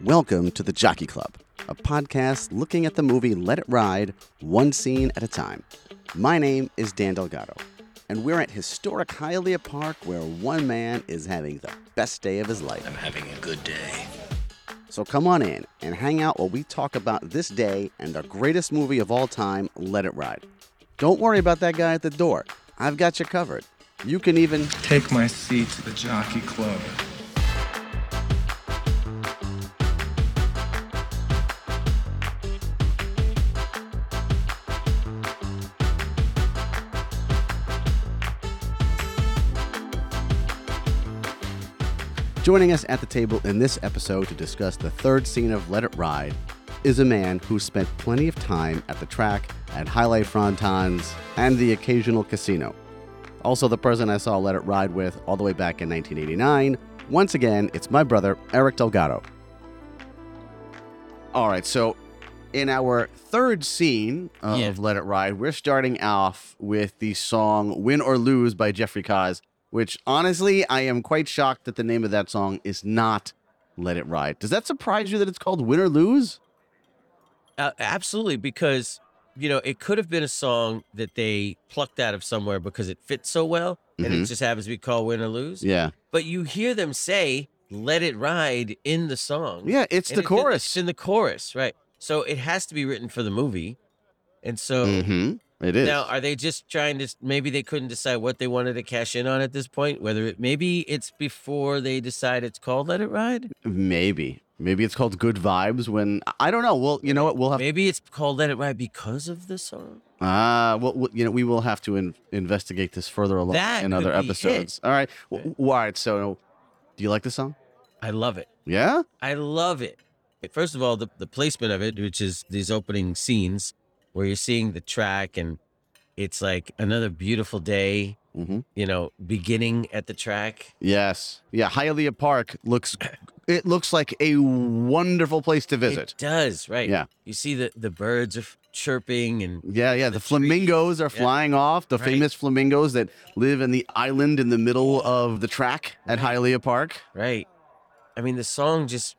Welcome to the Jockey Club, a podcast looking at the movie Let It Ride, one scene at a time. My name is Dan Delgado, and we're at historic Hialeah Park where one man is having the best day of his life. I'm having a good day. So come on in and hang out while we talk about this day and the greatest movie of all time, Let It Ride. Don't worry about that guy at the door. I've got you covered. You can even Take my seat to the jockey club. Joining us at the table in this episode to discuss the third scene of Let It Ride is a man who spent plenty of time at the track, at Highlight Frontons, and the occasional casino. Also, the person I saw Let It Ride with all the way back in 1989. Once again, it's my brother, Eric Delgado. All right, so in our third scene of Yeah. Let It Ride, we're starting off with the song Win or Lose by Jeffrey Kaz, which honestly, I am quite shocked that the name of that song is not Let It Ride. Does that surprise you that it's called Win or Lose? Uh, absolutely, because you know it could have been a song that they plucked out of somewhere because it fits so well, and it just happens to be called "Win or Lose." Mm-hmm. Yeah. But you hear them say "Let It Ride" in the song. Yeah, it's and the it- It's chorus. in the chorus, right? So it has to be written for the movie, and so. Mm-hmm. It is. Now, are they just trying to? Maybe they couldn't decide what they wanted to cash in on at this point. Whether it maybe it's before they decide it's called "Let It Ride." Maybe. Maybe it's called Good Vibes when I don't know. Well, you know what? We'll have Maybe it's called "Let It Ride" because of the song. ah, well, well, you know, we will have to in- investigate this further along That in could other be it. episodes. All right. W- w- all right. So, do you like the song? I love it. Yeah. I love it. First of all, the, the placement of it, which is these opening scenes where you're seeing the track and it's like another beautiful day, Mm-hmm. you know, beginning at the track. Yes. Yeah. Hialeah Park looks. It looks like a wonderful place to visit. It does, right? Yeah. You see the, the birds are f- chirping and Yeah, yeah. The, The flamingos are Yeah. flying off. The Right. famous flamingos that live in the island in the middle of the track at Hialeah Park. right. I mean, the song just,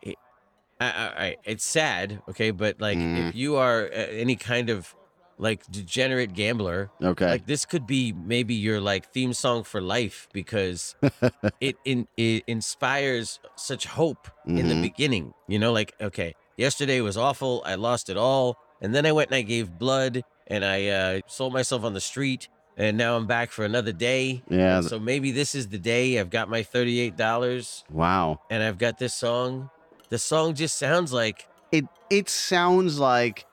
it, I, I, I, it's sad, okay? But like, Mm. if you are uh, any kind of like degenerate gambler, Okay. Like this could be maybe your like theme song for life because it in it inspires such hope in the Mhm. beginning. You know, like okay, yesterday was awful. I lost it all, and then I went and I gave blood, and I uh, sold myself on the street, and now I'm back for another day. yeah. th- So maybe this is the day. I've got my thirty-eight dollars, wow. and I've got this song. The song just sounds like It it sounds like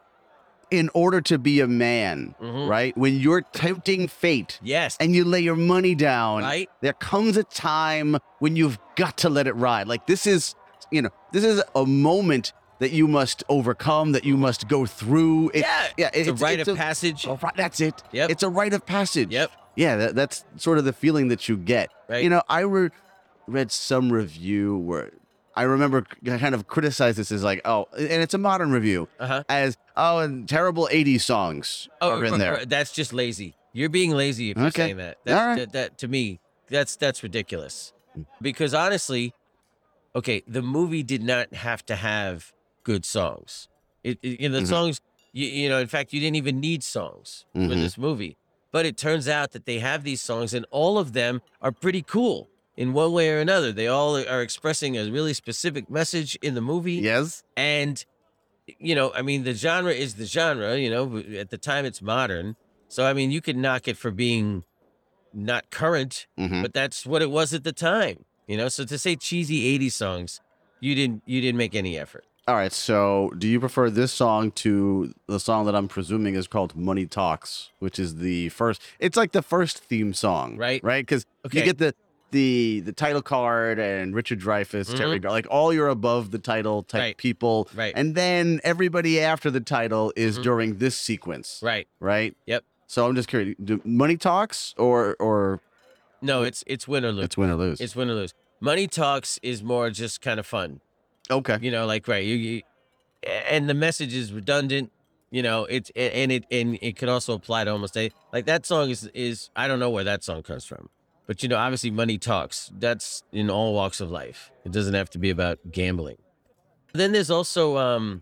in order to be a man, mhm, right? When you're tempting fate yes, and you lay your money down, right. there comes a time when you've got to let it ride. Like this is, you know, this is a moment that you must overcome, that you must go through. It- yeah, yeah, it- it's, a rite of a- passage. Oh, right, that's it. Yep. It's a rite of passage. Yep. Yeah, that, that's sort of the feeling that you get. Right. You know, I re- read some review where I remember c- kind of criticized this as like, oh, and it's a modern review Uh huh. as oh, and terrible '80s songs are in r- there. r- Oh, That's just lazy. You're being lazy if you're Okay. saying that. That's, All right. that, that to me, that's that's ridiculous. Because honestly, okay, the movie did not have to have good songs. It, it- you know, the Mhm. songs, you, you know, in fact, you didn't even need songs for Mhm. this movie. But it turns out that they have these songs, and all of them are pretty cool in one way or another. They all are expressing a really specific message in the movie. Yes. And you know, I mean, the genre is the genre. You know, w- at the time it's modern, so I mean, you could knock it for being not current, Mm-hmm. but that's what it was at the time. You know, so to say cheesy '80s songs, you didn't you didn't make any effort. All right. So, do you prefer this song to the song that I'm presuming is called "Money Talks," which is the first? It's like the first theme song, Right. Right? Because Okay, you get the the the title card and Richard Dreyfuss, Terry Gar, like all your above the title type Mm-hmm. Right. people, right, and then everybody after the title is Mhm. during this sequence, right. right? Yep. So I'm just curious: do money talks or or No, it's it's win or lose. it's win or lose? It's win or lose. Money talks is more just kind of fun. okay. you know like right you, you and the message is redundant you know it's a- and it and it could also apply to almost a like that song is is i don't know where that song comes from but you know obviously money talks that's in all walks of life it doesn't have to be about gambling Then there's also um,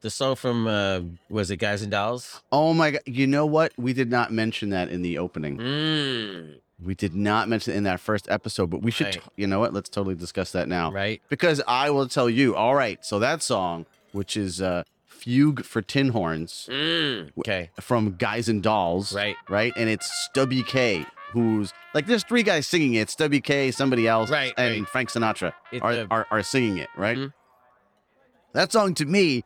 the song from uh, was it Guys and Dolls? Oh my god! You know what? We did not mention that in the opening. Mm, We did not mention it in that first episode, but we should. Right. t- you know what? Let's totally discuss that now. right. Because I will tell you. All right. So that song, which is uh, "Fugue for Tin Horns" Mm, okay. from Guys and Dolls, Right. Right, and it's Stubby K, who's like there's three guys singing it. Stubby K, somebody else, Right, and right. Frank Sinatra It's are, a- Mm-hmm. are are singing it, right? Mhm. That song to me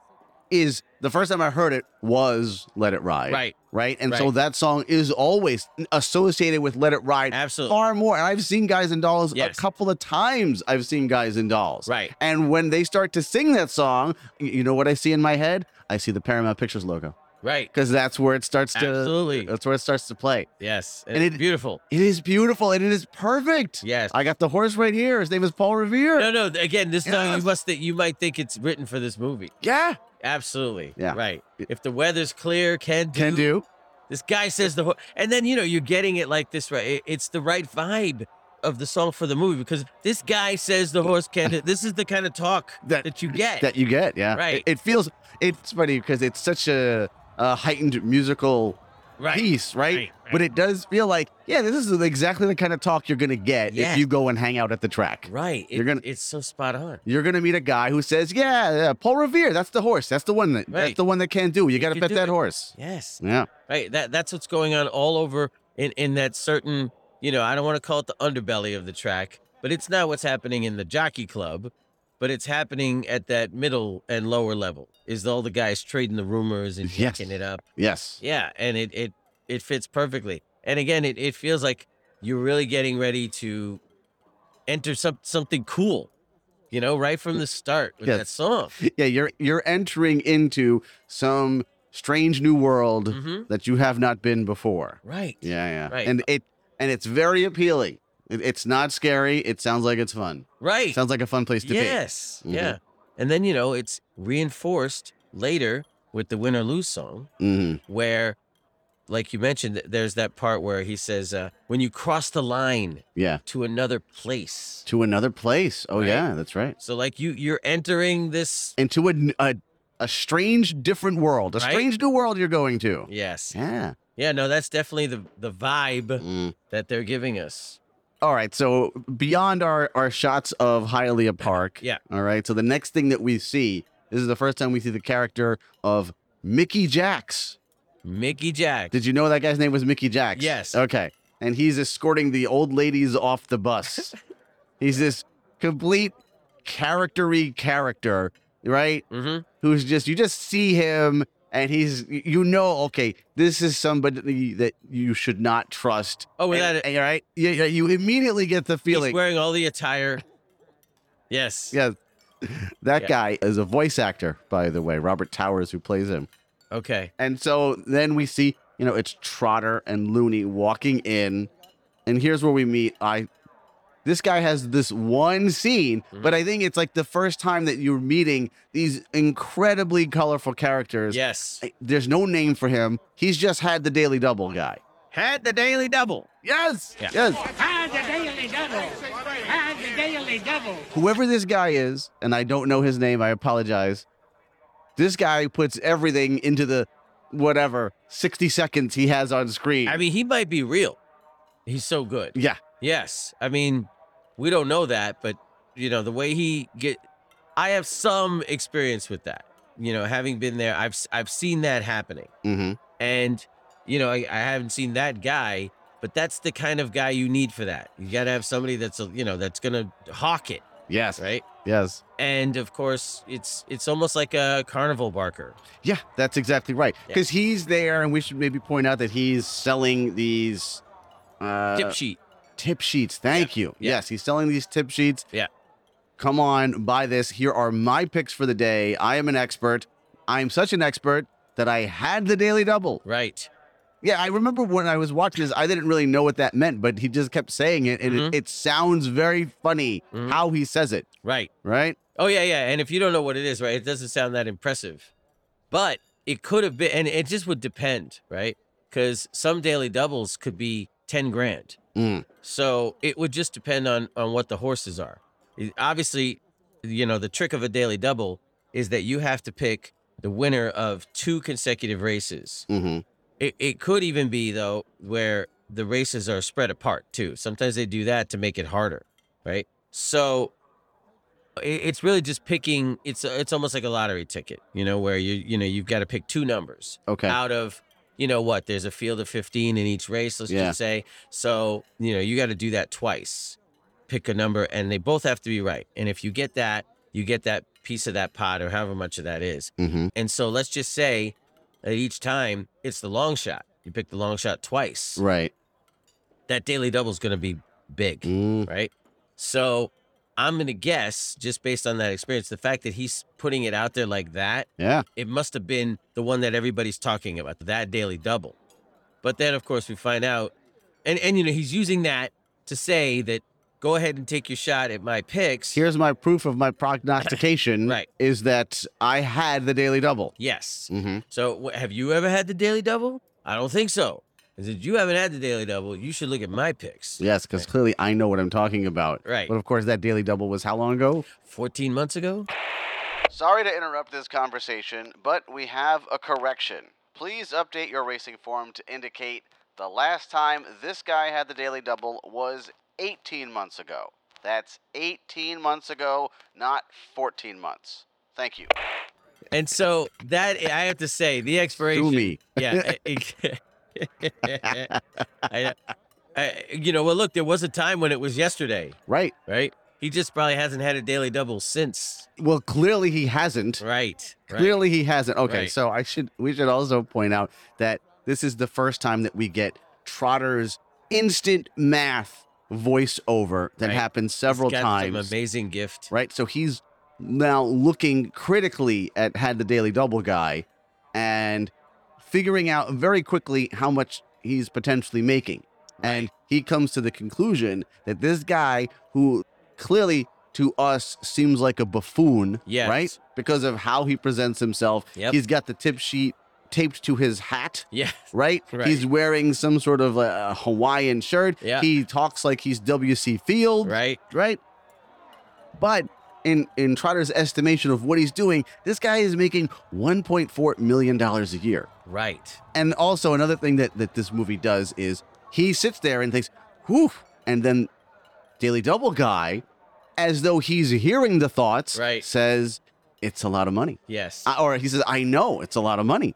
is the first time I heard it was "Let It Ride," Right. right? And so Right. that song is always associated with Let It Ride Absolutely. far more. And I've seen Guys and Dolls Yes. a couple of times. I've seen Guys and Dolls. Right. And when they start to sing that song, y- you know what I see in my head? I see the Paramount Pictures logo Right. because that's where it starts to. Absolutely. That's where it starts to play. Yes. and And it- it's beautiful. It is beautiful and it is perfect. Yes. I got the horse right here. His name is Paul Revere. No, no. th- Again, this song Yes. you must think you might think it's written for this movie. Yeah, Absolutely. Yeah. Right. It- If the weather's clear, can do. can do. This guy says the, ho- and then you know you're getting it like this right. It- It's the right vibe of the song for the movie because this guy says the horse can do. This is the kind of talk That- that, you get. that you get. Yeah, Right. It, it feels it's funny because it's such a, a heightened musical right. piece, right? right, right. But it does feel like, yeah, this is exactly the kind of talk you're gonna get if Yes. you go and hang out at the track. Right. You're It- gonna- It's so spot on. You're gonna meet a guy who says, "Yeah, yeah Paul Revere, that's the horse. That's the one that that's Right. the one that can do. You gotta can bet do that it." horse." Yes. Yeah, Right. That that's what's going on all over in in that certain, you know, I don't want to call it the underbelly of the track, but it's not what's happening in the jockey club, but it's happening at that middle and lower level. Is all the guys trading the rumors and Yes. picking it up. yes, Yeah, and it it it fits perfectly. And again, it, it feels like you're really getting ready to enter some something cool, you know, right from the start with Yes. that song. yeah. You're you're entering into some strange new world hmm that you have not been before. Right. Yeah, yeah, Right. and it and it's very appealing. It, it's not scary. It sounds like it's fun. Right. Sounds like a fun place to be. yes. Mhm. Yeah. And then, you know, it's reinforced later with the win or lose song, Mhm. where, like you mentioned, th- there's that part where he says, uh, when you cross the line Yeah. to another place. To another place. Oh Right. yeah, that's right. So, like, you, you're entering this. Into a n- a, a strange, different world, a Right? strange new world you're going to. Yes. Yeah. Yeah. No, that's definitely the, the vibe Mm. that they're giving us. All right. So beyond our our shots of Hialeah Park. Yeah. All right. So the next thing that we see this is the first time we see the character of Mickey Jacks. Mickey Jack. Did you know that guy's name was Mickey Jacks? Yes. Okay. And he's escorting the old ladies off the bus. he's this complete charactery character, right? Mm-hmm. Who's just you just see him and he's you know okay this is somebody that you should not trust. Oh, without and, it. and, right? Yeah, yeah, you immediately get the He's feeling. wearing all the attire. Yes. yeah. That Yeah. guy is a voice actor, by the way, Robert Towers, who plays him. Okay. And so then we see, you know, it's Trotter and Looney walking in. And here's where we meet. I this guy has this one scene, Mhm. but I think it's like the first time that you're meeting these incredibly colorful characters. Yes. I- There's no name for him. He's just had the Daily Double guy. Had the Daily Double. Yes. Yeah. Yes. Hide the daily double. Hide the daily double. Whoever this guy is, and I don't know his name, I apologize. This guy puts everything into the whatever 60 seconds he has on screen. I mean, he might be real. He's so good. yeah. Yes. I mean, we don't know that, but you know, the way he get I have some experience with that. You know, having been there, I've s- I've seen that happening. Mm-hmm. And you know, I, I haven't seen that guy, but that's the kind of guy you need for that. You got to have somebody that's a, you know, that's going to hawk it, Yes. right? Yes. And of course, it's it's almost like a carnival barker. Yeah, that's exactly right. Yeah. Because he's there, and we should maybe point out that he's selling these uh, Dip sheet. tip sheets. Thank you. Yeah. Yes, he's selling these tip sheets. Yeah. Come on, buy this. Here are my picks for the day. I am an expert. I'm such an expert that I had the daily double. Right. Yeah, I remember when I was watching this, I didn't really know what that meant, but he just kept saying it, and Mhm. it, it sounds very funny Mhm. how he says it, Right. right? Oh yeah, yeah. And if you don't know what it is, right, it doesn't sound that impressive, but it could have been, and it just would depend, right? Because some daily doubles could be ten grand, Mm. so it would just depend on on what the horses are. It- obviously, you know, the trick of a daily double is that you have to pick the winner of two consecutive races. hmm It, it could even be, though, where the races are spread apart too. Sometimes they do that to make it harder, right? So i- it's really just picking it's it's almost like a lottery ticket you know where you you know you've got to pick two numbers Okay. out of you know what there's a field of 15 in each race let's Yeah. just say so you know you got to do that twice pick a number and they both have to be right and if you get that you get that piece of that pot or however much of that is hmm and so let's just say that each time it's the long shot you pick the long shot twice Right. that daily double is going to be big Mm. right? So I'm gonna guess, just based on that experience, the fact that he's putting it out there like that, Yeah. it must have been the one that everybody's talking about, that daily double. But then of course we find out and, and you know, he's using that to say that go ahead and take your shot at my picks. Here's my proof of my prognostication. Right. Is that I had the daily double. Yes. hmm So wh- have you ever had the daily double? I don't think so. And since you haven't had the daily double, you should look at my picks. Yes, because clearly I know what I'm talking about. Right. But of course, that daily double was how long ago? 14 months ago? Sorry to interrupt this conversation, but we have a correction. Please update your racing form to indicate the last time this guy had the daily double was 18 months ago. That's 18 months ago, not 14 months. Thank you. And so that I have to say, the expiration. me. Yeah. I- I- I- I- you know, well, look, there was a time when it was yesterday, Right. right? He just probably hasn't had a daily double since. Well, clearly he hasn't. Right. right. Clearly he hasn't. Okay, Right. so I should we should also point out that this is the first time that we get Trotter's instant math voiceover that Right. happened several Got Some times. amazing gift. right? So he's now looking critically at had the daily double guy and figuring out very quickly how much he's potentially making. And he comes to the conclusion that this guy who clearly to us seems like a buffoon, Yes. right? Because of how he presents himself. Yep. He's got the tip sheet taped to his hat Yeah. right? Right. He's wearing some sort of a Hawaiian shirt. Yeah. He talks like he's W.C. Field, Right. right? But in in Trotter's estimation of what he's doing, this guy is making 1.4 million dollars a year. Right. And also another thing that that this movie does is he sits there and thinks, "Whew," and then Daily Double guy, as though he's hearing the thoughts, Right. says, "It's a lot of money," Yes. I- or he says, "I know it's a lot of money."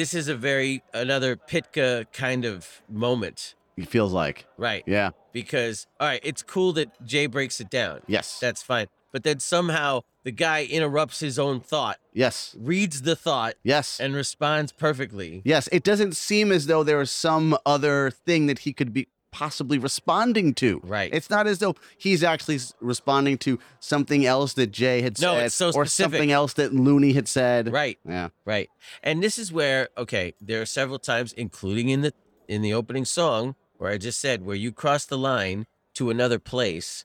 this is a very another Pitka kind of moment. He feels like, Right. yeah, Because all right, it's cool that Jay breaks it down. yes, That's fine. But then somehow the guy interrupts his own thought, yes. reads the thought, Yes. and responds perfectly. yes. It doesn't seem as though there is some other thing that he could be possibly responding to. Right. It's not as though he's actually s- responding to something else that Jay had No, said it's so or specific. something else that Looney had said. Right, Yeah. right. And this is where okay, there are several times including in the in the opening song where I just said where you cross the line to another place.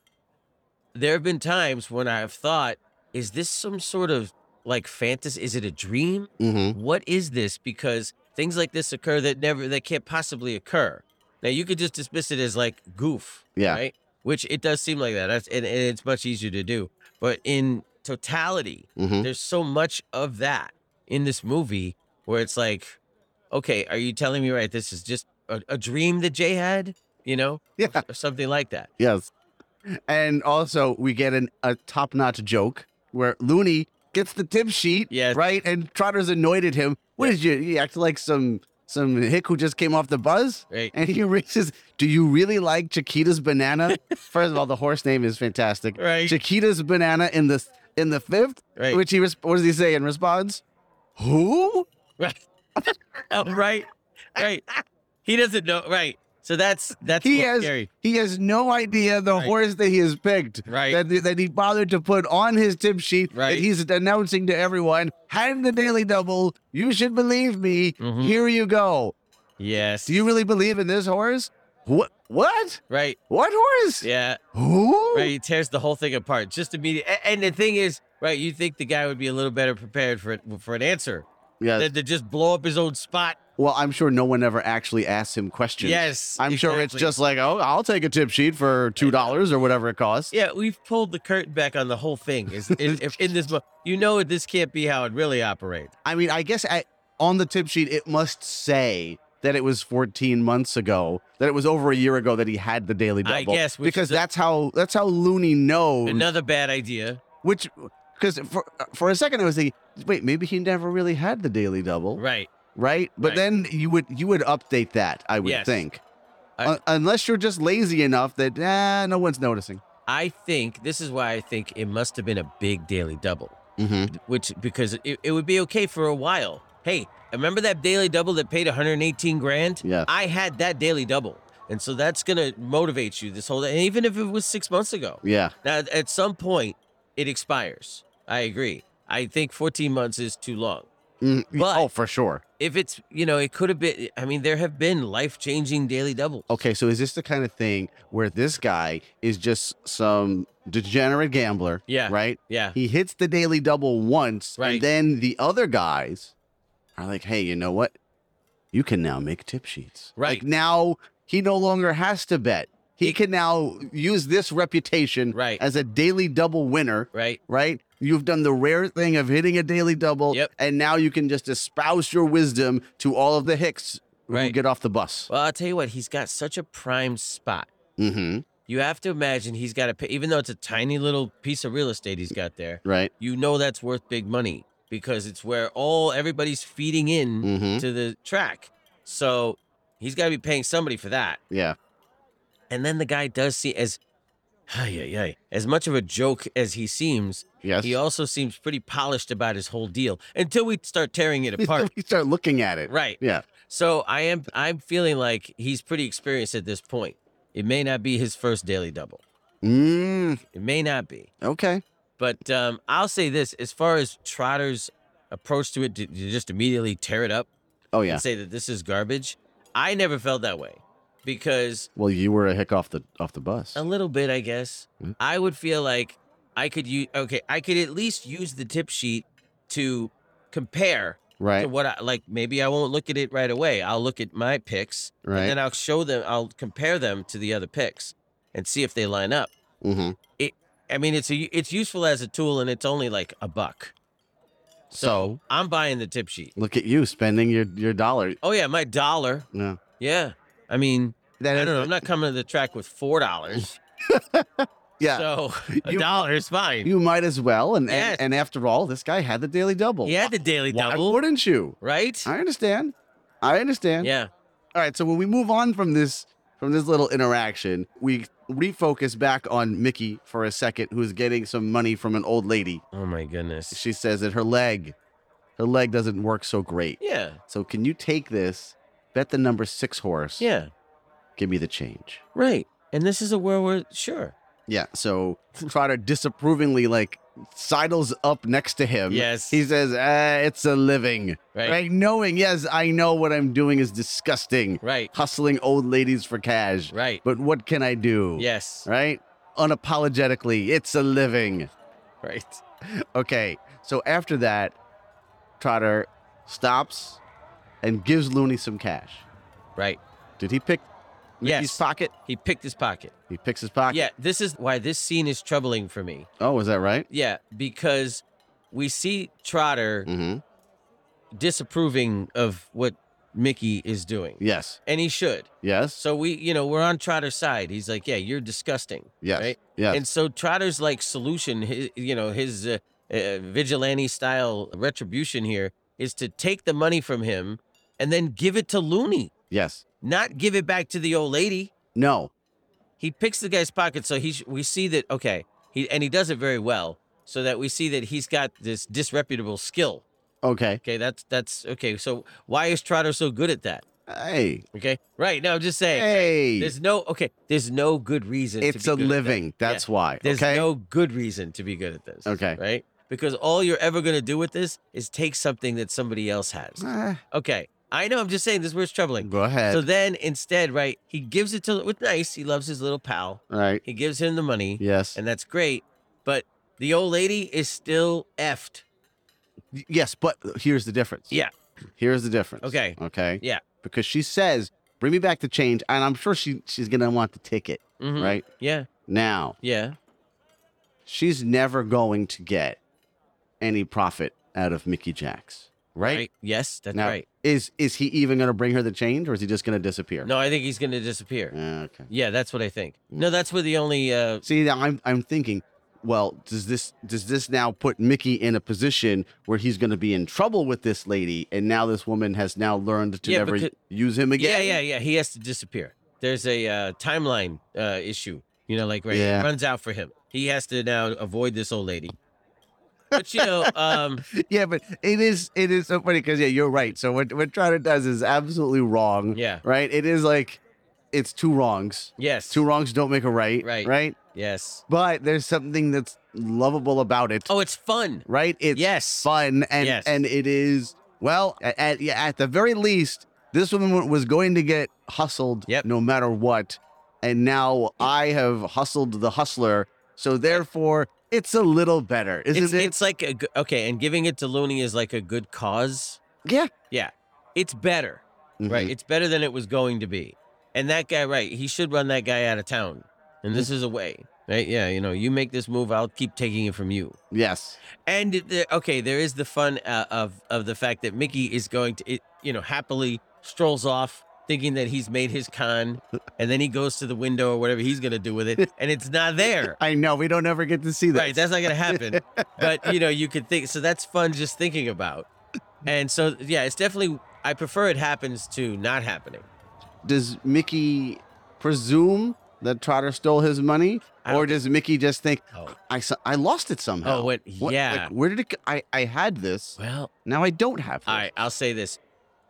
There have been times when I've thought is this some sort of like fantasy is it a dream? Mm-hmm. What is this because things like this occur that never that can't possibly occur. Now you could just dismiss it as like goof, Yeah. right? Which it does seem like that. That's, and, and it's much easier to do. But in totality, Mm-hmm. there's so much of that in this movie where it's like, okay, are you telling me right? This is just a, a dream that Jay had, you know, Yeah. or something like that. Yes. And also, we get an, a top notch joke where Looney gets the tip sheet. Yes. Right. And Trotter's annoyed at him. What did you? You act like some some hick who just came off the buzz. Right. And he raises, Do you really like Chiquita's banana? First of all, the horse name is fantastic. Right. Chiquita's banana in the in the fifth, Right. which he res- what does he say in response? Who? Right. Oh, right. Right. He doesn't know. Right. So that's that's He what's has scary. he has no idea the Right. horse that he has picked. Right. That, that he bothered to put on his tip sheet. Right. That he's announcing to everyone, had the daily double. You should believe me. Mhm. Here you go. Yes. Do you really believe in this horse? What what? Right. What horse? Yeah. Who? Right. He tears the whole thing apart. Just immediate. a- And the thing is, right? You think the guy would be a little better prepared for it, for an answer, Yeah. that to just blow up his own spot. Well, I'm sure no one ever actually asks him questions. Yes, I'm sure it's exactly. just like, oh, I'll take a tip sheet for two dollars or whatever it costs. Yeah, we've pulled the curtain back on the whole thing. Is in, if- in this, mo- you know, this can't be how it really operates. I mean, I guess I, on the tip sheet it must say that it was 14 months ago, that it was over a year ago that he had the daily double. I guess, which because is a- that's how that's how Looney knows. Another bad idea, Which, because for for a second I was thinking, wait, maybe he never really had the daily double, right? right? But Right. then you would you would update that, I would Yes. think, I- Un- unless you're just lazy enough that ah, no one's noticing. I think this is why I think it must have been a big daily double, Mm-hmm. which because it, it would be okay for a while. Hey, remember that daily double that paid 118 grand? Yeah. I had that daily double, and so that's gonna motivate you this whole. And even if it was six months ago, Yeah. Now, at some point, it expires. I agree. I think 14 months is too long. Mm, y- But- oh, for sure. If it's, you know, it could have been, I mean, there have been life changing daily doubles. Okay, so is this the kind of thing where this guy is just some degenerate gambler? Yeah. Right? Yeah. He hits the daily double once, Right. and then the other guys are like, hey, you know what? You can now make tip sheets. Right. Like now he no longer has to bet. He, He- can now use this reputation Right. as a daily double winner, Right. right? You've done the rare thing of hitting a daily double, Yep. and now you can just espouse your wisdom to all of the hicks who Right. get off the bus. Well, I'll tell you what, he's got such a prime spot. Mm-hmm. You have to imagine he's got to pay, even though it's a tiny little piece of real estate he's got there, Right. you know that's worth big money because it's where all everybody's feeding in Mm-hmm. to the track. So he's got to be paying somebody for that. Yeah. And then the guy does see as ay, ay, ay, as much of a joke as he seems, Yes. he also seems pretty polished about his whole deal until we start tearing it We apart. start looking at it. right. Yeah. So I am I'm feeling like he's pretty experienced at this point. It may not be his first daily double. Mm, It may not be. okay. But um, I'll say this as far as Trotter's approach to it to, to just immediately tear it up Oh yeah. and say that this is garbage, I never felt that way because Well, you were a hick off the off the bus. A little bit, I guess. Mm. I would feel like I could use okay, I could at least use the tip sheet to compare to Right. what I like maybe I won't look at it right away. I'll look at my picks and Right. then I'll show them I'll compare them to the other picks and see if they line up. Mm-hmm. I mean, it's a, it's useful as a tool and it's only like a buck. So I'm buying the tip sheet. look at you spending your your dollar. Oh yeah, my dollar. Yeah. Yeah. I mean, I That don't know. I'm not coming to the track with four dollars. Yeah. So a You- dollar is fine. you might as well. And, Yes. and and after all, this guy had the daily double. He had the daily Why double, wouldn't you? right? I understand. I understand. Yeah, All right, so when we move on from this from this little interaction, we refocus back on Mickey for a second, who's getting some money from an old lady. Oh my goodness. She says that her leg, her leg doesn't work so great. Yeah. So can you take this, bet the number six horse, Yeah. give me the change? Right. And this is a world where sure. Yeah. So Trotter disapprovingly like sidles up next to him. Yes. He says, ah, "It's a living, Right. Right. right? Knowing, yes, I know what I'm doing is disgusting, Right. hustling old ladies for cash. But what can I do? Yes. right? Unapologetically, it's a living. Right. Okay, so after that, Trotter stops and gives Looney some cash. Right. Did he pick Yes. Mickey's pocket? He picked his pocket. He picks his pocket. Yeah, this is why this scene is troubling for me. Oh, is that right? Yeah, because we see Trotter Mm-hmm. disapproving of what Mickey is doing. Yes. And he should. Yes. So we, you know, we're on Trotter's side. He's like, "Yeah, you're disgusting." Yes. Right? Yes. And so Trotter's like solution, his, you know, his uh, uh, vigilante style retribution here is to take the money from him and then give it to Looney, yes. not give it back to the old lady. No. He picks the guy's pocket, so he sh- we see that okay, he and he does it very well, so that we see that he's got this disreputable skill. Okay. Okay, that's that's okay. So why is Trotter so good at that? Hey. Okay, right? No, I'm just saying. Hey. There's no okay. There's no good reason. to it's be a good at that. living. That's why. There's okay. no good reason to be good at this. Okay. Right? Because all you're ever going to do with this is take something that somebody else has. Ah, Okay. I know. I'm just saying this is where it's troubling. go ahead. So then instead, right, he gives it to, with nice, he loves his little pal. all right. He gives him the money, Yes. and that's great. But the old lady is still effed. Y- Yes, but uh, here's the difference. Yeah. Here's the difference. Okay. Okay. Yeah. Because she says, "Bring me back the change," and I'm sure she she's gonna want the ticket Mhm. right Yeah. now. Yeah. She's never going to get any profit out of Mickey Jacks, right? Yes, that's now, right. Is is he even gonna bring her the change, or is he just gonna disappear? No, I think he's going to disappear. Ah, Okay. Yeah, that's what I think. Mm. No, that's where the only uh See, now I'm I'm thinking, well, does this does this now put Mickey in a position where he's going to be in trouble with this lady, and now this woman has now learned to Yeah, never becau- use him Yeah, again? yeah, yeah, he has to disappear. There's a uh timeline uh issue, you know, like right Yeah. it runs out for him. He has to now avoid this old lady. But you know, um yeah, yeah. But it is it is so funny because yeah, you're right. So what what Trotter does is absolutely wrong. yeah. Right. It is like it's two wrongs. Yes. Two wrongs don't make a right. Right. Right. Yes. But there's something that's lovable about it. Oh, it's fun. Right. It's yes. fun and Yes. and it is well at at, yeah, at the very least this woman wa- was going to get hustled Yep. no matter what and now i have hustled the hustler so therefore it's a little better isn't it's, it it's like a g- okay, and giving it to Looney is like a good cause. yeah It's better, right? Mhm. It's better than it was going to be. And that guy, right? He should run that guy out of town. And Mm-hmm. this is a way, right? Yeah, you know, you make this move, I'll keep taking it from you. yes And it- there, okay, there is the fun uh, of of the fact that Mickey is going to, it, you know, happily strolls off. Thinking that he's made his con, and then he goes to the window or whatever he's gonna do with it, and it's not there. i know we don't ever get to see that Right, that's not gonna happen. but you know, you could think so that's fun just thinking about. And so yeah, it's definitely I prefer it happens to not happening. does mickey presume that trotter stole his money or I don't- does mickey just think Oh. i s- I lost it somehow Oh wait, What- yeah. like, where did it go? i i had this well, now i don't have this all right, I'll say this.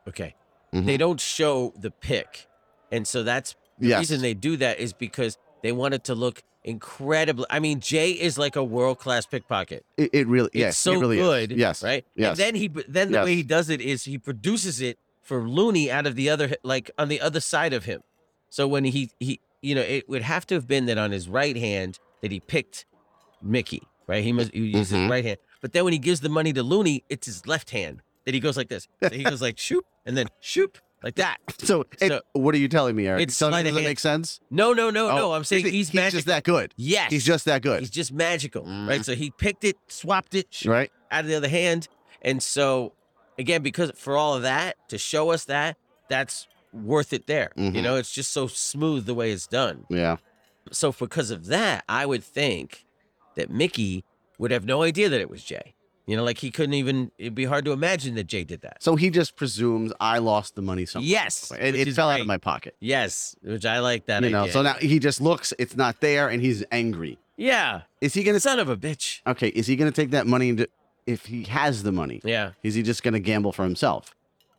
Okay. Mhm. They don't show the pick. And so that's the yes reason they do that is because they want it to look incredible. I mean, Jay is like a world class pickpocket. It, it really, yes, It's so it really is. good. Yes, Right? yes. And then he then the way Yes. he does it is he produces it for Looney out of the other like on the other side of him. So when he he you know, it would have to have been that on his right hand that he picked Mickey, right? He must he used Mhm. his right hand. But then when he gives the money to Looney, it's his left hand that he goes like this. So he goes like shoop and then shoop like that. So, it, So- what are you telling me, Eric? It's Tell me, sleight does of that hand. make sense? No, no, no, Oh, no. I'm saying see, he's, he's magical. just that good. yes. He's just that good, he's just magical. Mhm. Right. So he picked it, swapped it, sh- right? out of the other hand. And so, again, because for all of that to show us that, that's worth it there. Mhm. You know, it's just so smooth the way it's done. Yeah. So, because of that, I would think that Mickey would have no idea that it was Jay. You know, like he couldn't even, it'd be hard to imagine that Jay did that. So he just presumes I lost the money somewhere. Yes. it, which it is fell out great. of my pocket. Yes, which I like that You idea. know. So now he just looks; it's not there, and he's angry. yeah, Is he gonna? son of a bitch. Okay. Is he gonna take that money? Into, if he has the money, Yeah. is he just gonna gamble for himself?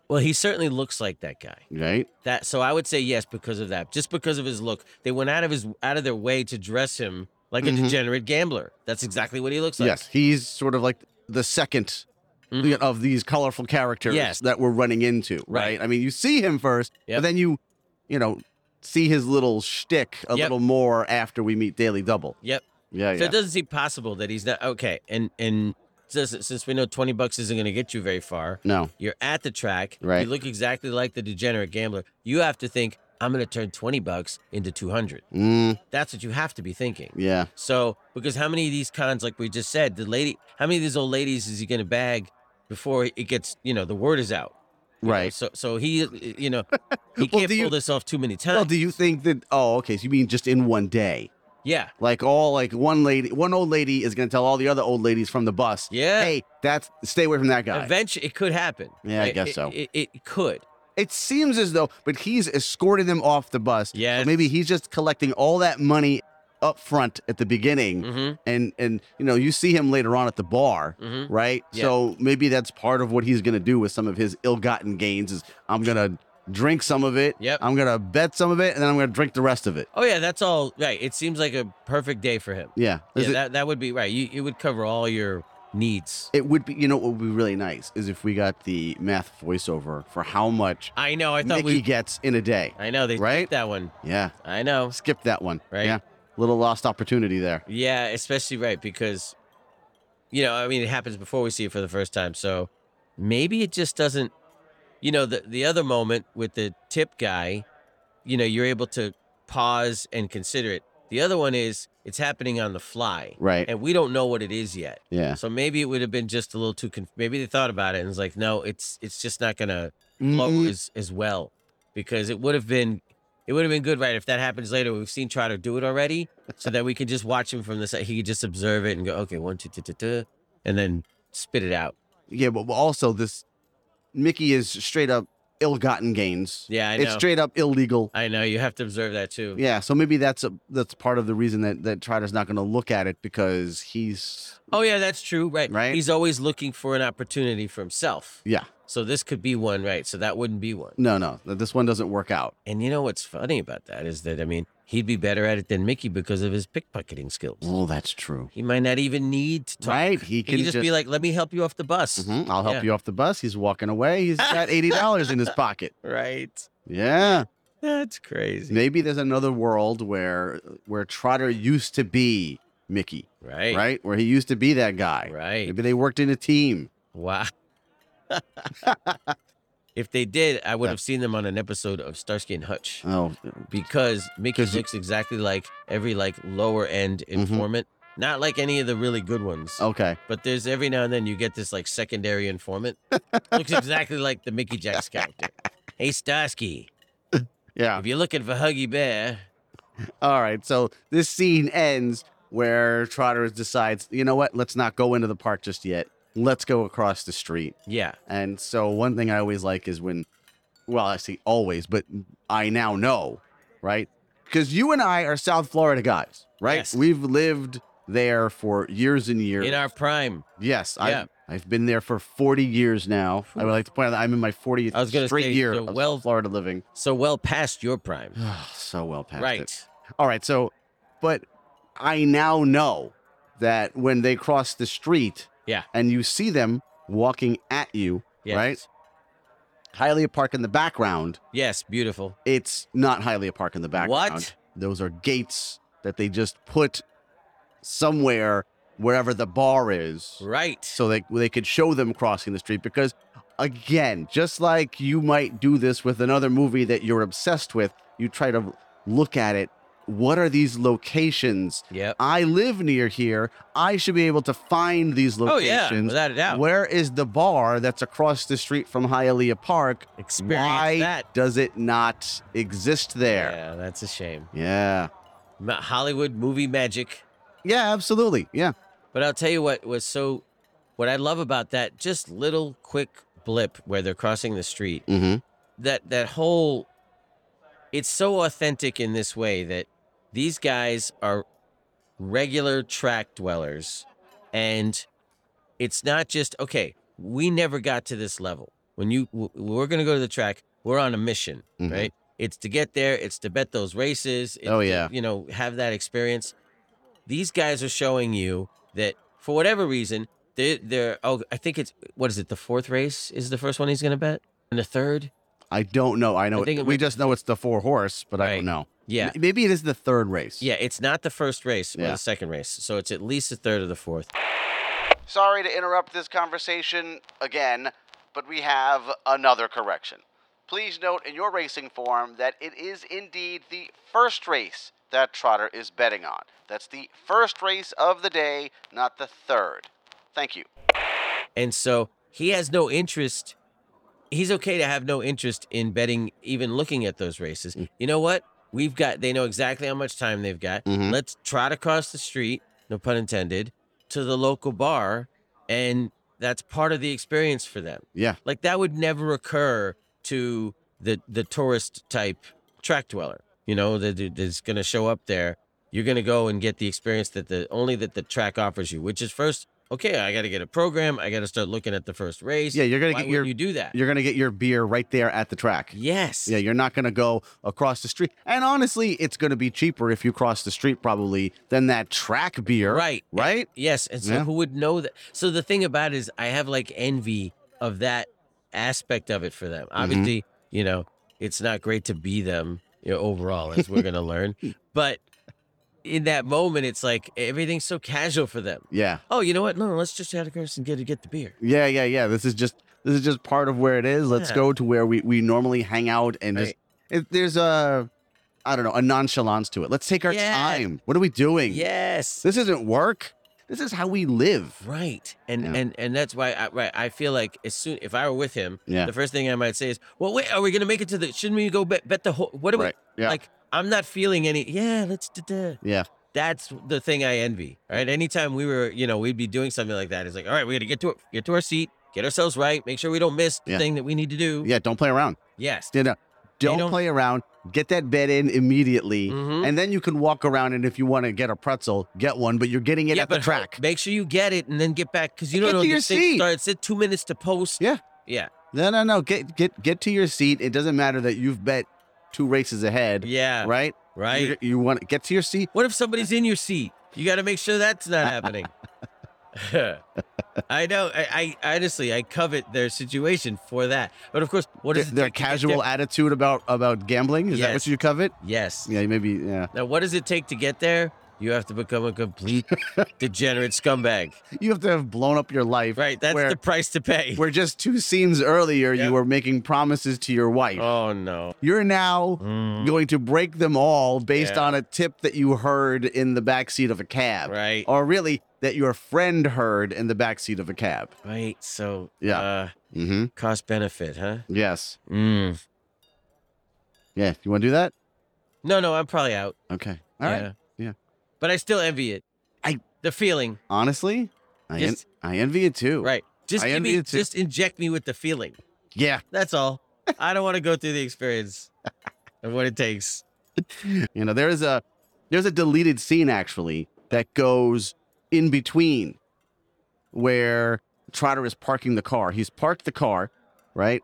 Well, he certainly looks like that guy. Right. That so I would say yes because of that. Just because of his look. They went out of his out of their way to dress him like Mhm. a degenerate gambler. That's exactly what he looks like. yes. He's sort of like the 2nd Mhm. of these colorful characters Yes. that we're running into. Right. Right. I mean, you see him first, but Yep. then you, you know, see his little shtick a Yep. little more after we meet Daily Double. Yep. Yeah. So Yeah. it doesn't seem possible that he's not okay. And and since, since we know twenty bucks isn't going to get you very far, no. you're at the track. Right. You look exactly like the degenerate gambler. You have to think I'm going to turn twenty bucks into two hundred. Mm, That's what you have to be thinking. yeah. So, because how many of these cons, like we just said, the lady, how many of these old ladies is he going to bag before it gets, you know, the word is out? you know? Right. So, so he, you know, he Well, do can't pull you- this off too many times. Well, do you think that? Oh, okay. So you mean just in one day? yeah. Like all like one lady, one old lady is gonna tell all the other old ladies from the bus, Yeah. "Hey, that's stay away from that guy." Eventually, it could happen. Yeah, I It- guess it- so. It, it could. It seems as though, but he's escorted them off the bus. Yes. So maybe he's just collecting all that money up front at the beginning, Mm and and you know you see him later on at the bar, hmm. Mm hmm. right? Yeah. So maybe that's part of what he's gonna do with some of his ill-gotten gains. Is I'm gonna drink some of it. Yep. I'm gonna bet some of it, and then I'm gonna drink the rest of it. Oh, yeah, that's all right. It seems like a perfect day for him. Yeah. Yeah, Is it, that, that would be right. You, it would cover all your needs. it would be, you know, what would be really nice is if we got the math voiceover for how much I know. I thought Mickey we. gets in a day. I know. They skipped Right? that one. Yeah. I know. Skip that one. Right. Yeah. Little lost opportunity there. Yeah, especially right because you know, I mean, it happens before we see it for the first time. So maybe it just doesn't, you know, the, the other moment with the tip guy, you know, you're able to pause and consider it. The other one is it's happening on the fly. Right. And we don't know what it is yet. Yeah. So maybe it would have been just a little too, conf- maybe they thought about it and was like, no, it's, it's just not going to flow Mm-mm. as, as well because it would have been, it would have been good, right? If that happens later, we've seen Trotter do it already so that we can just watch him from the side. He could just observe it and go, okay, one, two, two, two, two, and then spit it out. Yeah, but also this Mickey is straight up ill-gotten gains. Yeah, I know. it's straight up illegal. I know. You have to observe that too. Yeah, so maybe that's a, that's part of the reason that that Trotters not going to look at it because he's Oh, yeah, that's true. Right. Right? He's always looking for an opportunity for himself. yeah So this could be one, right? So that wouldn't be one. no no th- this one doesn't work out. And you know what's funny about that is that, I mean, he'd be better at it than Mickey because of his pickpocketing skills. Oh, that's true. He might not even need to talk. Right? He He can could just, be like, let me help you off the bus. Mhm, I'll help Yeah. you off the bus. He's walking away. He's got eighty dollars in his pocket. Right. Yeah, That's crazy. maybe there's another world where where Trotter used to be Mickey, Right. right? Where he used to be that guy. Right. Maybe they worked in a team. Wow. if they did, I would Yeah. have seen them on an episode of Starsky and Hutch Oh, because Mickey 'Cause you- Mm-hmm. looks exactly like every like lower end informant. Not like any of the really good ones, okay. but there's every now and then you get this like secondary informant. looks exactly like the Mickey Jacks character. Hey Starsky, Yeah. if you're looking for Huggy Bear, All right. So this scene ends where Trotter decides, you know what? Let's not go into the park just yet. Let's go across the street. yeah, And so one thing I always like is when, well, I see always, but I now know, right? Because you and I are South Florida guys, right? Yes. We've lived there for years and years. in our prime. yes, Yeah. I've, I've been there for 40 years now. I would like to point out that I'm in my 40th I was gonna straight say, year so of well- Florida living. So well past your prime, so well past right? it. All right, so, but I now know that when they cross the street, Yeah. and you see them walking at you, Yes. right? Hylia Park in the background. Yes, beautiful. It's not Hylia Park in the background. What? Those are gates that they just put somewhere, wherever the bar is, Right. so they they could show them crossing the street. Because, again, just like you might do this with another movie that you're obsessed with, you try to look at it. What are these locations? yep. I live near here. I should be able to find these Oh yeah, locations. without a doubt. Where is the bar that's across the street from Hialeah Park? Experience Why that. does it not exist there? Yeah, that's a shame. Yeah. Ma- Hollywood movie magic. Yeah, absolutely. Yeah. But I'll tell you what was so, what I love about that just little quick blip where they're crossing the street. Mm-hmm. That that whole, it's so authentic in this way that these guys are regular track dwellers, and it's not just okay. We never got to this level. When you w- we're gonna go to the track, we're on a mission, Mhm. right? It's to get there. It's to bet those races. It's Oh, to, yeah. you know, have that experience. These guys are showing you that for whatever reason they they're oh I think it's what is it the fourth race is the first one he's gonna bet and the third I don't know. I know. I think it we would- just know it's the four horse, but I Right. don't know. yeah M- Maybe it is the third race. yeah it's not the first race or Yeah. the second race so it's at least the third or the fourth Sorry to interrupt this conversation again, but we have another correction. Please note in your racing form that it is indeed the first race that Trotter is betting on. That's the first race of the day, not the third. Thank you. And so he has no interest. He's okay to have no interest in betting, even looking at those races. You know what? We've got, they know exactly how much time they've got. Mhm. Let's trot across the street, no pun intended, to the local bar. And that's part of the experience for them. Yeah. Like that would never occur to the, the tourist type track dweller, you know, that that is going to show up there. You're going to go and get the experience that the only that the track offers you, which is first, okay, I got to get a program. I got to start looking at the first race. Yeah, you're gonna Why get your wouldn't you do that. you're gonna get your beer right there at the track. yes. Yeah, you're not gonna go across the street. And honestly, it's gonna be cheaper if you cross the street probably than that track beer. Right. Right? Yes. And so Yeah. who would know that? So the thing about it is I have like envy of that aspect of it for them. Mm-hmm. Obviously, you know, it's not great to be them you know, overall, as we're going to learn. But in that moment, it's like everything's so casual for them. Yeah. Oh, you know what? No, no, let's just have a and get to get the beer. Yeah, yeah, yeah. This is just this is just part of where it is. Let's Yeah. go to where we we normally hang out and just it, there's a I don't know a nonchalance to it. Let's take our Yeah. time. What are we doing? Yes. This isn't work. This is how we live. Right. And Yeah. and and that's why I right, I feel like as soon if I were with him, Yeah. the first thing I might say is, "Well, wait, are we going to make it to the shouldn't we go bet, bet the whole what do Right. we Yeah. like I'm not feeling any yeah, let's da, da. yeah. That's the thing I envy. Right? Anytime we were, you know, we'd be doing something like that. It's like, "All right, we got to get to it, get to our seat, get ourselves right, make sure we don't miss the Yeah. thing that we need to do." Yeah. Don't play around. Yes. Yeah, no. Don't, don't- play around. Get that bed in immediately, Mhm. and then you can walk around. And if you want to get a pretzel, get one. But you're getting it yeah, at the but track. make sure you get it and then get back cuz you Get don't know to your this thing seat. starts at 2 minutes to post. Yeah. Yeah. No, no, no. Get get get to your seat. It doesn't matter that you've bet two races ahead. Yeah. Right. Right. You, you want to get to your seat. What if somebody's in your seat? You got to make sure that's not happening. I know. I, I honestly, I covet their situation for that. But of course, what their, is it their take to get casual there? attitude about about gambling is that what Yes. you covet Yes. yeah maybe yeah Now, what does it take to get there? You have to become a complete degenerate scumbag. you have to have blown up your life Right. That's where, the price to pay. where just two scenes earlier Yeah. you were making promises to your wife Oh no. you're now Mm, going to break them all based Yeah. on a tip that you heard in the backseat of a cab right. or really that your friend heard in the backseat of a cab Right. So. Yeah. Uh, mm-hmm cost benefit, huh? yes Mm. yeah you want to do that No, no. I'm probably out. okay all right Yeah. But I still envy it. I- the feeling. honestly I, en- Just- I envy it too Right. Just I give envy me, it too. just inject me with the feeling. yeah That's all. I don't want to go through the experience of what it takes. You know, there is a there's a deleted scene actually that goes in between where Trotter is parking the car. He's parked the car, right?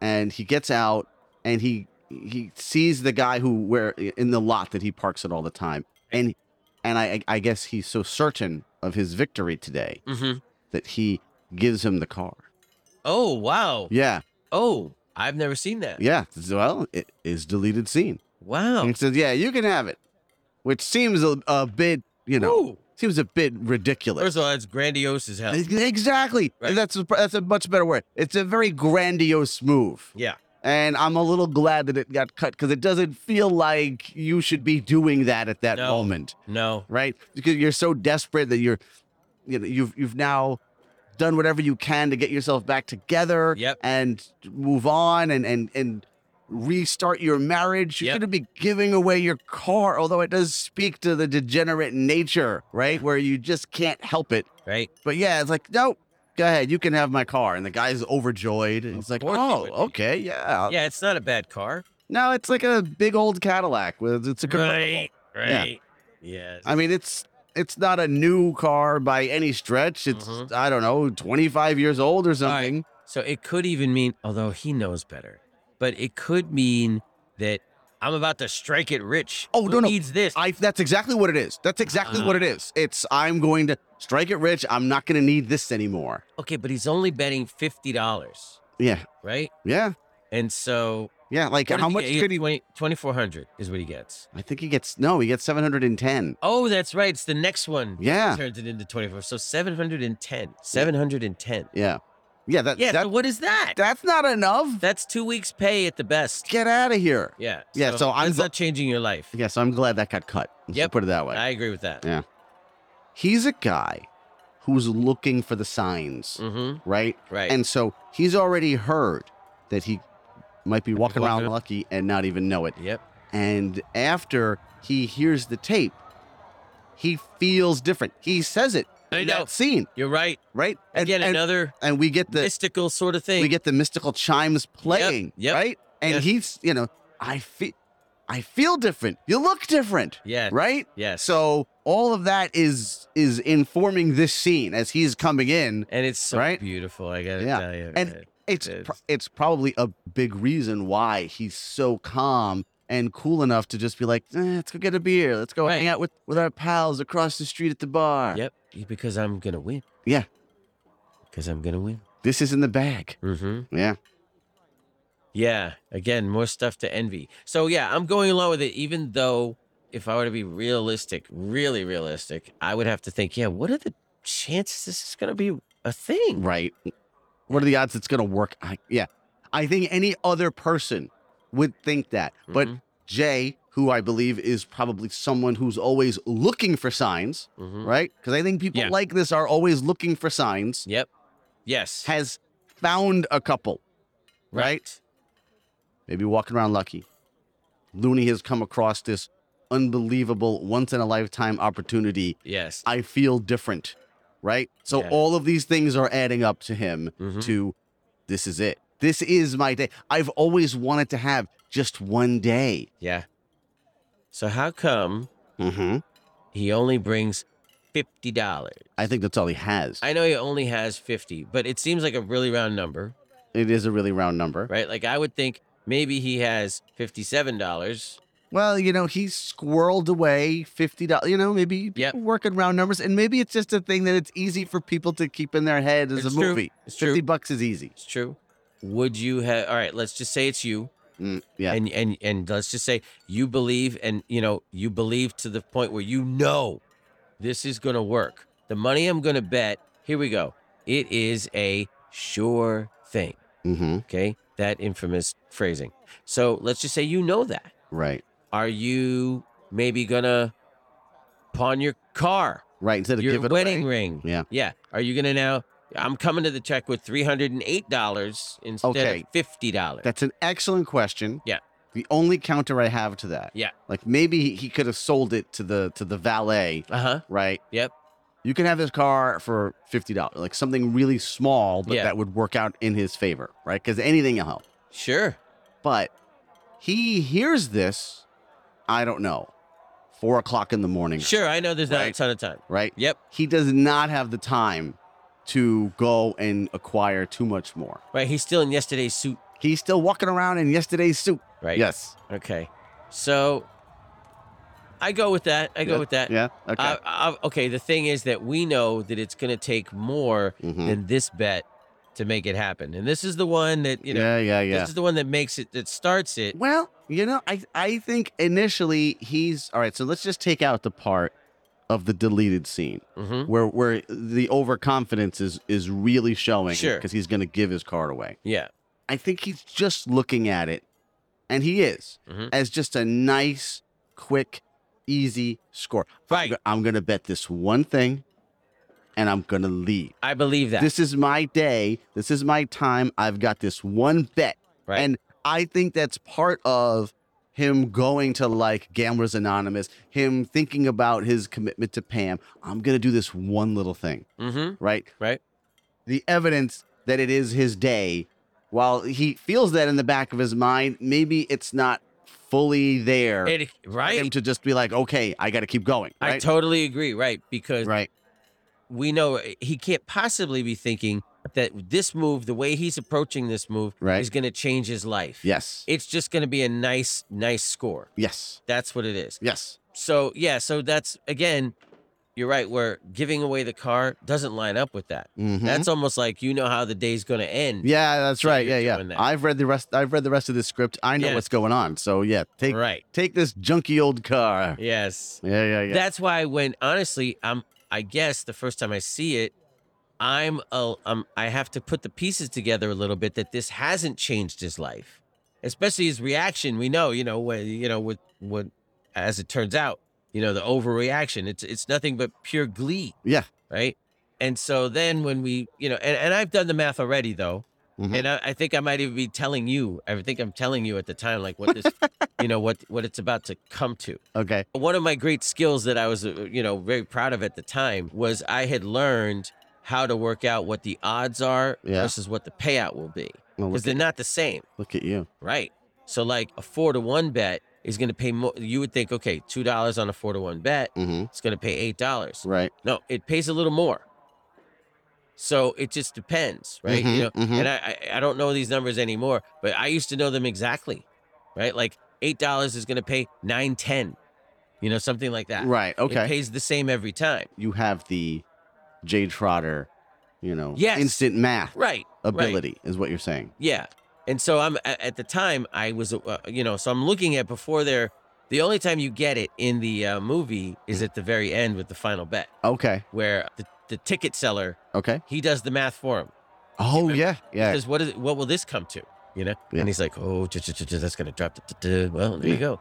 And he gets out and he he sees the guy who where in the lot that he parks it all the time. And and I I guess he's so certain of his victory today Mm-hmm. that he gives him the car. Oh wow. Yeah, Oh, I've never seen that. yeah. Mm. Well, it is deleted scene. And Wow. he says, "Yeah, you can have it," which seems a, a bit, you know, Ooh. seems a bit ridiculous. First of all, that's grandiose as hell. Exactly. Right. That's a, that's a much better word. It's a very grandiose move. Yeah. And I'm a little glad that it got cut because it doesn't feel like you should be doing that at that No. moment, No. right? Because you're so desperate that you're, you know, you've you've now done whatever you can to get yourself back together Yep. and move on and and and restart your marriage. You Yep. shouldn't be giving away your car, although it does speak to the degenerate nature, right? Where you just can't help it. Right. But yeah, it's like, nope, go ahead, you can have my car. And the guy's overjoyed. And Of he's like, course he oh, would be. okay, yeah. Yeah, it's not a bad car. No, Uh, it's like a big old Cadillac with it's a. conver- Right. Right. Yes. I mean, it's it's not a new car by any stretch. It's Mhm. I don't know, twenty five years old or All right. something. So it could even mean, although he knows better, but it could mean that I'm about to strike it rich. Oh, Who no, no. needs this? I that's exactly what it is. That's exactly Uh-huh. what it is. It's I'm going to strike it rich. I'm not going to need this anymore. okay, but he's only betting fifty dollars, Yeah, right? yeah, And so yeah. Like What how did much get? could he? 20 2400 is what he gets. I think he gets no. He gets seven hundred and ten. Oh, that's right. It's the next one. Yeah, Turns it into 24. So 710. 710. yeah, yeah. That Yeah. that- so what is that? that's not enough. That's two weeks' pay at the best. Get out of here. Yeah. Yeah, so I'm It's go- not changing your life. Yeah, so I'm glad that got cut. Let's Yep. put it that way. I agree with that. Yeah. he's a guy who's looking for the signs, Mm-hmm. right? Right. And so he's already heard that he might be walking walking around up. lucky and not even know it. yep. And after he hears the tape, he feels different. He says it I in know. that scene, You're right. right? And, Again, and, another and we get the mystical sort of thing. we get the mystical chimes playing, yep, right? And yeah. he's, you know, I feel I feel different. You look different, yeah. right? Yes. So all of that is is informing this scene as he's coming in. and it's so right? beautiful. I got to Yeah. tell you. And- man. It's It pr- is. it's probably a big reason why he's so calm and cool enough to just be like, "Eh, let's go get a beer. Let's go Right. hang out with with our pals across the street at the bar. yep. Because I'm going to win. Yeah. Because I'm going to win. This is in the bag. Mm-hmm. Yeah. Yeah, again, more stuff to envy. So yeah, I'm going along with it, even though if I were to be realistic, really realistic, I would have to think, yeah, what are the chances this is going to be a thing? right? What are the odds it's going to work? I, yeah. I think any other person would think that. But Mhm. Jay, who I believe is probably someone who's always looking for signs, Mhm. right? Because I think people Yeah. like this are always looking for signs, Yep. Yes. has found a couple, Right. maybe walking around lucky. Looney has come across this unbelievable once in a lifetime opportunity. Yes. I feel different, right? So Yeah. all of these things are adding up to him. Mhm. to this is it. This is my day. I've always wanted to have just one day. Yeah. So how come Mm-hmm. he only brings fifty dollars? I think that's all he has. I know he only has fifty, but it seems like a really round number, it is a really round number. right? Like I would think maybe he has fifty-seven dollars. Well, you know, he squirreled away fifty dollars. You know, maybe Yep. working round numbers, and maybe it's just a thing that it's easy for people to keep in their head as It's a true. movie. It's Fifty true. bucks is easy. It's true. Would you have? All right. Let's just say it's you. Mm, yeah. and and and let's just say you believe and you know you believe to the point where you know this is going to work the money i'm going to bet here we go it is a sure thing mm-hmm. okay that infamous phrasing so let's just say you know that Right. are you maybe going to pawn your car Right. Instead of your give it wedding away. ring Yeah. yeah are you going to now i'm coming to the check with $308 instead Okay. of $50 That's an excellent question. Yeah. The only counter I have to that. Yeah. Like maybe he could have sold it to the to the valet, uh-huh right? yep you can have this car for fifty dollars, like something really small, but Yeah. that would work out in his favor, right? Because anything will help. sure But he hears this, I don't know, four o'clock in the morning, Sure, I know there's not a Right. ton of time. right? Yep, He does not have the time to go and acquire too much more. right. He's still in yesterday's suit, He's still walking around in yesterday's suit. right? Yes. Okay. So I go with that. I go Yeah, with that. Uh, Yeah. Okay. I, I, okay. The thing is that we know that it's going to take more Mhm. than this bet to make it happen, and this is the one that you know. yeah. Yeah. Yeah. This is the one that makes it. That starts it. Well, you know, I I think initially he's all right. So let's just take out the part of the deleted scene. hmm where where the overconfidence is is really showing Sure. because he's going to give his card away. Yeah. I think he's just looking at it, and he is Mhm. as just a nice, quick, easy score. Right. I'm going to bet this one thing, and I'm going to leave. I believe that. This is my day. This is my time. I've got this one bet, right. and I think that's part of him going to like Gamblers Anonymous. Him thinking about his commitment to Pam. I'm going to do this one little thing mm-hmm. right? Right. The evidence that it is his day, while he feels that in the back of his mind, maybe it's not fully there It, for right. him to just be like, okay, I got to keep going, I right? totally agree. Right. Because right, we know eh, he can't possibly be thinking that this move, the way he's approaching this move, Right. is going to change his life. yes, It's just going to be a nice, nice score. yes, That's what it is. yes, So, yeah, so that's again, you're right, where giving away the car doesn't line up with that. Mhm. That's almost like you know how the day's going to end. yeah, that's So right, yeah, you're yeah. doing that. I've read the rest. I've read the rest of this script. I know Yeah. what's going on. So yeah, take Right. take this junky old car. Yes. Yeah, yeah, yeah. That's why when honestly, I'm I guess the first time I see it, I'm a, um I have to put the pieces together a little bit that this hasn't changed his life, especially his reaction. We know, you know, when you know with what as it turns out, you know, the overreaction. It's it's nothing but pure glee, yeah. right? And so then when we, you know, and, and I've done the math already though. Mhm. And I, I think I might even be telling you. I think I'm telling you at the time, like what this, you know, what what it's about to come to Okay. one of my great skills that I was, uh, you know, very proud of at the time was I had learned how to work out what the odds are Yeah. versus what the payout will be Well, look, because they're not the same, look at you. right? So like a four to one bet is going to pay more. You would think, okay, two dollars on a four to one bet, hmm it's going to pay eight dollars. Right. No, it pays a little more. So it just depends, right? Mhm, you know, mhm. and I, I I don't know these numbers anymore, but I used to know them exactly, right? Like eight dollars is going to pay nine ten, you know, something like that. Right. Okay. Uh, It pays the same every time. you have the Jay Trotter, you know, Yes. instant math Right. ability is what you're saying. uh, Yeah. And so I'm a- at the time I was uh, you know so I'm looking at before they're The only time you get it in the uh, movie is Mm-hmm. at the very end with the final bet, Okay. where the, the ticket seller Okay. he does the math for him. Oh yeah. Yeah. Because what is what will this come to? You know? Yeah. And he's like, oh, j- j- j- j- that's gonna drop. The, d- d- well, there you go.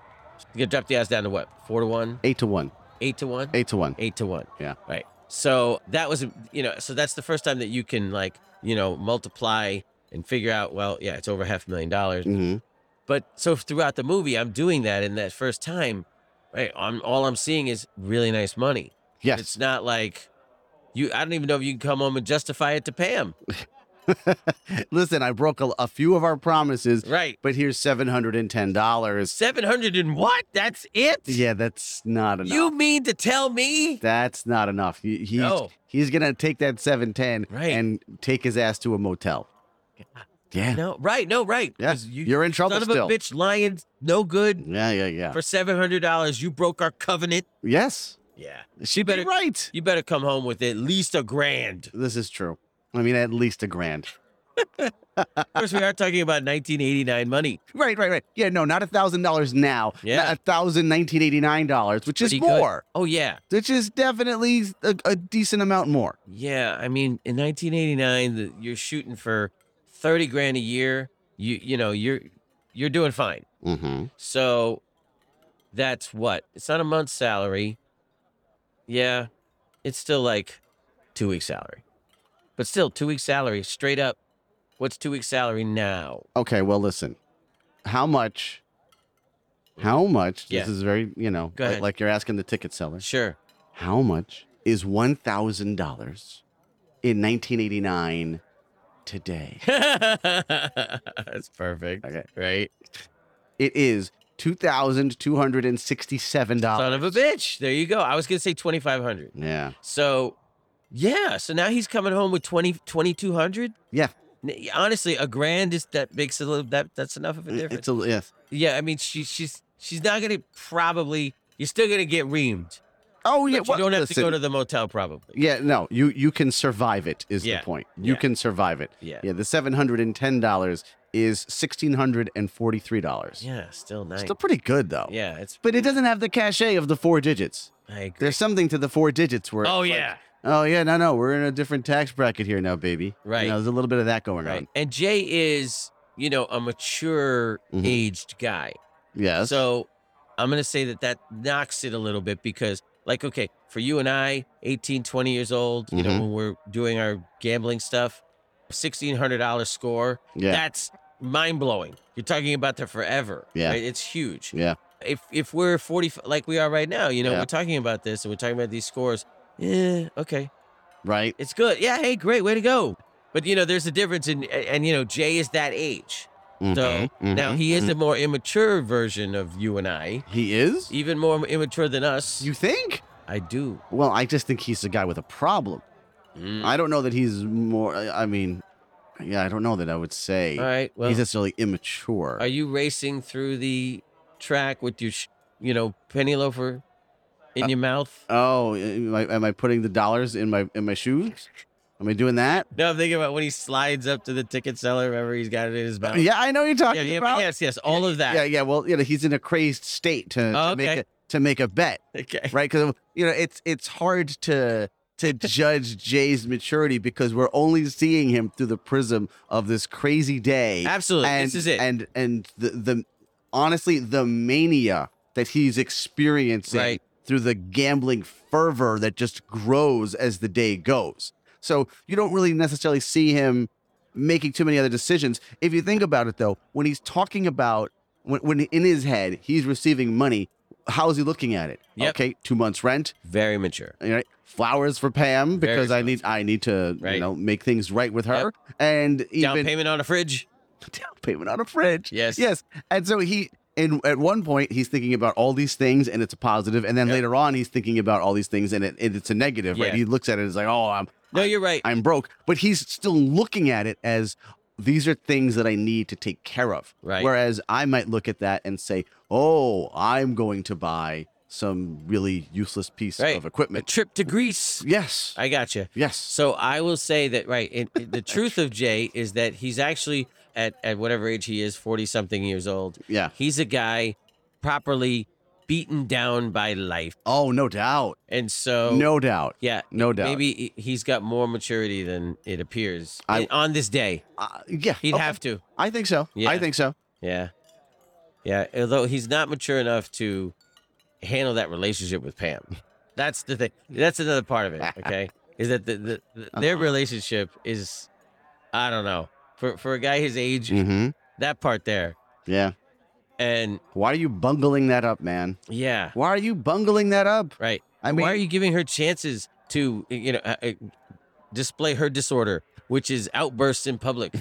You're gonna drop the odds down to what? Four to one, Eight to one. eight to one, Eight to one. eight to one. Yeah. Right. So that was you know, so that's the first time that you can like you know multiply and figure out. Well, yeah, it's over half a million dollars. Mm-hmm. But so throughout the movie, I'm doing that, and that first time, right? I'm all I'm seeing is really nice money. It's Yes. not like you. I don't even know if you can come home and justify it to pay him. Listen, I broke a, a few of our promises, Right. but here's seven hundred and ten dollars. Seven hundred and what? That's it? Yeah, that's not enough. You mean to tell me? That's not enough. He, he's No. he's gonna take that seven ten Right. and take his ass to a motel. Yeah. No, right, no, right. Yeah. 'cause You, You, are in trouble son of still. a bitch, lying, no good. Yeah, yeah, yeah. For seven hundred dollars, you broke our covenant. yes. Yeah. She'd better- be right. You better come home with at least a grand. This is true. I mean, at least a grand. Of course, we are talking about 1989 money. Right, right, right. Yeah, no, not a thousand dollars now. Yeah. Not a thousand nineteen eighty nine dollars, which is Pretty good. more. Oh yeah, Which is definitely a, a decent amount more. yeah. I mean, in 1989, the, you're shooting for 30 grand a year. You you know you're you're doing fine. Mm-hmm. So that's what? It's not a month's salary. Yeah, it's still like two weeks' salary. But still, two weeks' salary straight up. What's two weeks' salary now? Okay, well, listen. How much? How much? Yeah. This is very, you know, Go like- ahead. like you're asking the ticket seller. Sure. How much is one thousand dollars in nineteen eighty nine today? that's perfect. Okay. Right? It is two thousand two hundred and sixty seven dollars. Son of a bitch. There you go. I was going to say 2500 Yeah. So, yeah. So now he's coming home with 20, 2200 Yeah. N- Honestly, a grand is that makes a little that that's enough of a difference. mm, It's a yes. Yeah, I mean she she's she's not gonna probably you're still gonna get reamed. Oh yeah. but well, you don't have to listen. go to the motel probably. Yeah, no, you you can survive it is Yeah, the point. You yeah. can survive it. Yeah. Yeah, the seven hundred and ten dollars is sixteen hundred and forty three dollars. Yeah, still nice. Still pretty good though. yeah, it's But it doesn't have the cachet of the four digits. I agree. There's something to the four digits where Oh it's like, yeah. oh yeah, no, no, we're in a different tax bracket here now, baby. Right. You know, there's a little bit of that going on. Right. And Jay is, you know, a mature Mhm. aged guy. Yes. So I'm going to say that that knocks it a little bit because, like, okay, for you and I, 18, 20 years old, you Mhm. know, when we're doing our gambling stuff, $1,600 score, Yeah. that's mind blowing. You're talking about that forever. Yeah. right? It's huge. Yeah. If, if we're 40, like we are right now, you know, Yeah. we're talking about this and we're talking about these scores. Yeah, okay. right. It's good. Yeah, hey, great. Way to go. But, you know, there's a difference in, and, you know, Jay is that age. Mhm, Now, mhm. he is the more immature version of you and I Mm-hmm. He is? even more immature than us. You think? I do. Well, I just think he's a guy with a problem. Mm. I don't know that he's more I I mean yeah, I don't know that I would say. All right. Well, he's necessarily immature. are you racing through the track with your, sh- you know, penny loafer Uh, in your mouth? oh, am I, am I putting the dollars in my in my shoes? Am I doing that? No, I'm thinking about when he slides up to the ticket seller. Remember, he's got it in his mouth. Uh, Yeah, I know what you're Yeah, talking yeah, about. yes, yes, all of that. Yeah, yeah. Well, you know, he's in a crazed state to, to Oh, make okay. a, to make a bet, Okay. right? Because you know, it's it's hard to to judge Jay's maturity because we're only seeing him through the prism of this crazy day. Absolutely. and, this is it. And and the, the honestly the mania that he's experiencing Right. through the gambling fervor that just grows as the day goes. So you don't really necessarily see him making too many other decisions. If you think about it though, when he's talking about when, when in his head he's receiving money, how is he looking at it? Yep. Okay, two months rent, Very mature. all right, flowers for Pam Very because I need I need to you Right. know make things right with her, and Down even payment on a fridge. down payment on a fridge. Yes. Yes. And so he and at one point he's thinking about all these things and it's a positive, and then Yep. later on he's thinking about all these things and, it, and it's a negative, right? Yeah. He looks at it as like, oh, I'm No, you're right. I'm broke, but he's still looking at it as these are things that I need to take care of. Right. Whereas I might look at that and say, oh, I'm going to buy some really useless piece Right. of A equipment. trip to Greece. Yes. I got you. yes. So I will say that right. It, it- the truth of Jay is that he's actually at at whatever age he is, forty something years old. Yeah. He's a guy properly beaten down by life. Oh, no doubt. And so, no doubt. yeah, No doubt. maybe he- he's got more maturity than it appears I- on this day. Uh, yeah. He'd okay. have to. I think so. I Yeah. think so. Yeah. Yeah. Although he's not mature enough to handle that relationship with Pam. That's the thing. That's another part of it. Okay. is that the, the, the, Uh-huh. their relationship is, I don't know, for, for a guy his age, Mm-hmm. that part there. Yeah. And Why are you bungling that up, man? yeah. Why are you bungling that up? Right. I Why are mean, you giving her chances to, you know, uh, uh, display her disorder, which is outbursts in public?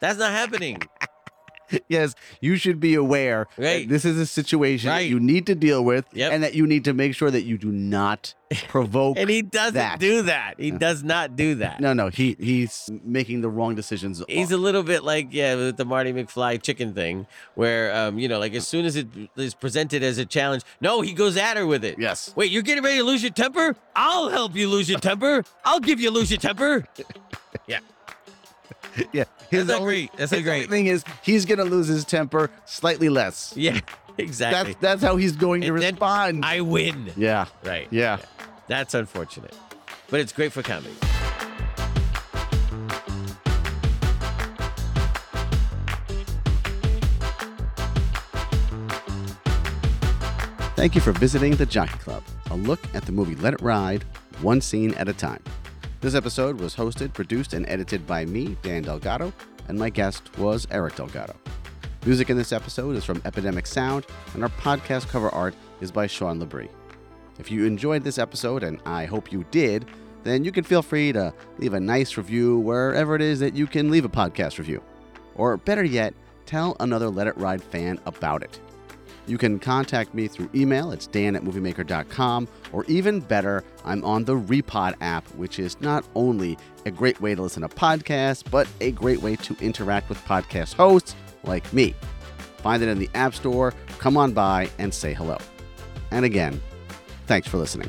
That's not happening. yes, you should be aware that Right. this is a situation that Right. you need to deal with Yep. and that you need to make sure that you do not provoke. And he doesn't That. do that. He does not do that. no, no, he he's making the wrong decisions. He's a little bit like yeah, with the Marty McFly chicken thing, where um, you know, like as soon as it is presented as a challenge, no, he goes at her with it. Yes. Wait, you're getting ready to lose your temper? I'll help you lose your temper. I'll give you lose your temper. yeah. That's not only- great. That's not his only great. thing is he's gonna lose his temper slightly less. Yeah, That's exactly. that's how he's going to And then respond. I win. yeah. Right. Yeah. That's unfortunate, but it's great for comedy. Thank you for visiting the Jockey Club, a look at the movie Let It Ride, one scene at a time. This episode was hosted, produced, and edited by me, Dan Delgado, and my guest was Eric Delgado. Music in this episode is from Epidemic Sound, and our podcast cover art is by Sean Labrie. If you enjoyed this episode, and I hope you did, then you can feel free to leave a nice review wherever it is that you can leave a podcast review. Or better yet, tell another Let It Ride fan about it. You can contact me through email. It's dan at moviemaker.com. Or even better, I'm on the Repod app, which is not only a great way to listen to podcasts, but a great way to interact with podcast hosts like me. Find it in the App Store. Come on by and say hello. And again, thanks for listening.